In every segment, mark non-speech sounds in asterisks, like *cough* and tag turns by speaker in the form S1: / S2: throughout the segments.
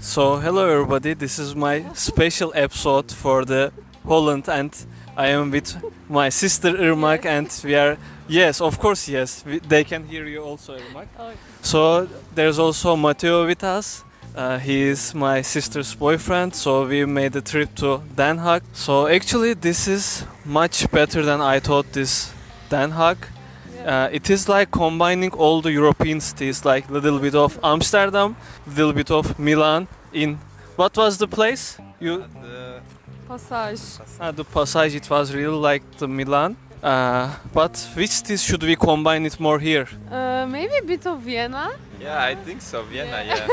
S1: So hello everybody. This is my special episode for the Holland, and I am with my sister Irmak, and we are yes, of course yes. We, they can hear you also, Irmak.
S2: Oh.
S1: So there's also Matteo with us. Uh, he is my sister's boyfriend, so we made a trip to Den Haag. So actually, this is much better than I thought. This Den Haag. Uh, it is like combining all the European cities, like little bit of Amsterdam, little bit of Milan. In what was the place? You
S3: The
S2: Passage.
S1: uh, the passage. It was really like the Milan. Uh, but which cities should we combine it more here?
S2: Uh, maybe a bit of Vienna.
S3: yeah, I think so. Vienna, yeah.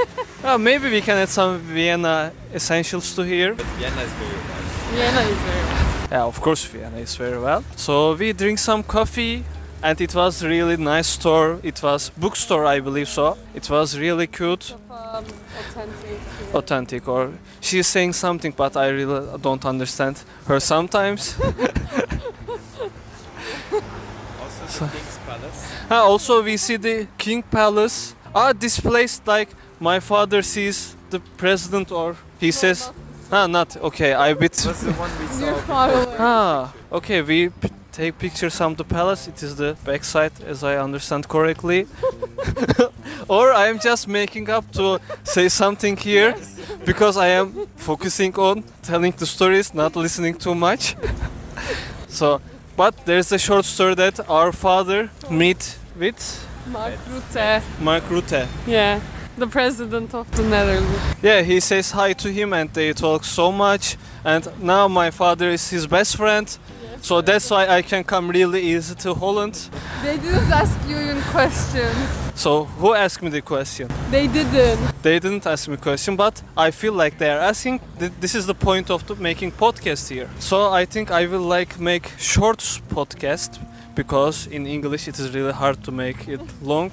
S1: Uh, maybe we can add some Vienna essentials to here.
S3: but Vienna is very nice.
S2: Vienna is very
S1: Yeah, of course, Vienna is very well. So we drink some coffee, and it was really nice store. It was bookstore, I believe so. It was really cute,
S2: um, authentic.
S1: authentic. Or she's saying something, but I really don't understand her sometimes. *laughs*
S3: Also, the King's Palace.
S1: Ah, also, we see the King Palace. Ah, this place like my father sees the president, or he says, ah, not okay. I bit.
S3: was the one we
S2: *laughs* New
S3: saw.
S2: traveler.
S1: Ah, okay. We p- take pictures from the palace. It is the backside, as I understand correctly. *laughs* or I am just making up to say something here because I am focusing on telling the stories, not listening too much. *laughs* so, but there's a short story that our father meet with
S2: Mark Rutte.
S1: Mark Rutte.
S2: Yeah. The president of the Netherlands.
S1: Yeah, he says hi to him and they talk so much. And now my father is his best friend. So that's why I can come really easy to Holland.
S2: They didn't ask you in questions.
S1: So who asked me the question?
S2: They didn't.
S1: They didn't ask me question, but I feel like they are asking. Th- This is the point of the making podcast here. So I think I will like make short podcast because in English it is really hard to make it long,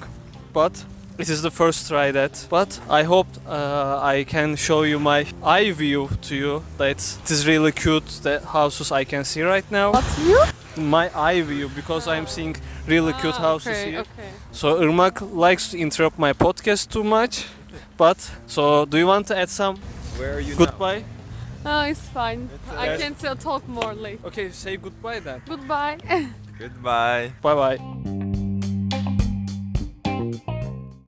S1: but it is the first try that. But I hope uh, I can show you my eye view to you. That it is really cute the houses I can see right now.
S2: But you?
S1: My eye view because I am seeing really cute houses
S2: Ah, okay,
S1: here.
S2: Okay.
S1: So Irmak likes to interrupt my podcast too much, but so do you want to add some
S3: Where are you now?
S1: goodbye?
S2: No, Ah, it's fine.
S3: It's,
S2: I
S1: uh,
S2: can still talk more later.
S1: Okay, say goodbye then.
S2: Goodbye.
S3: Goodbye.
S1: Bye bye.
S2: Bye.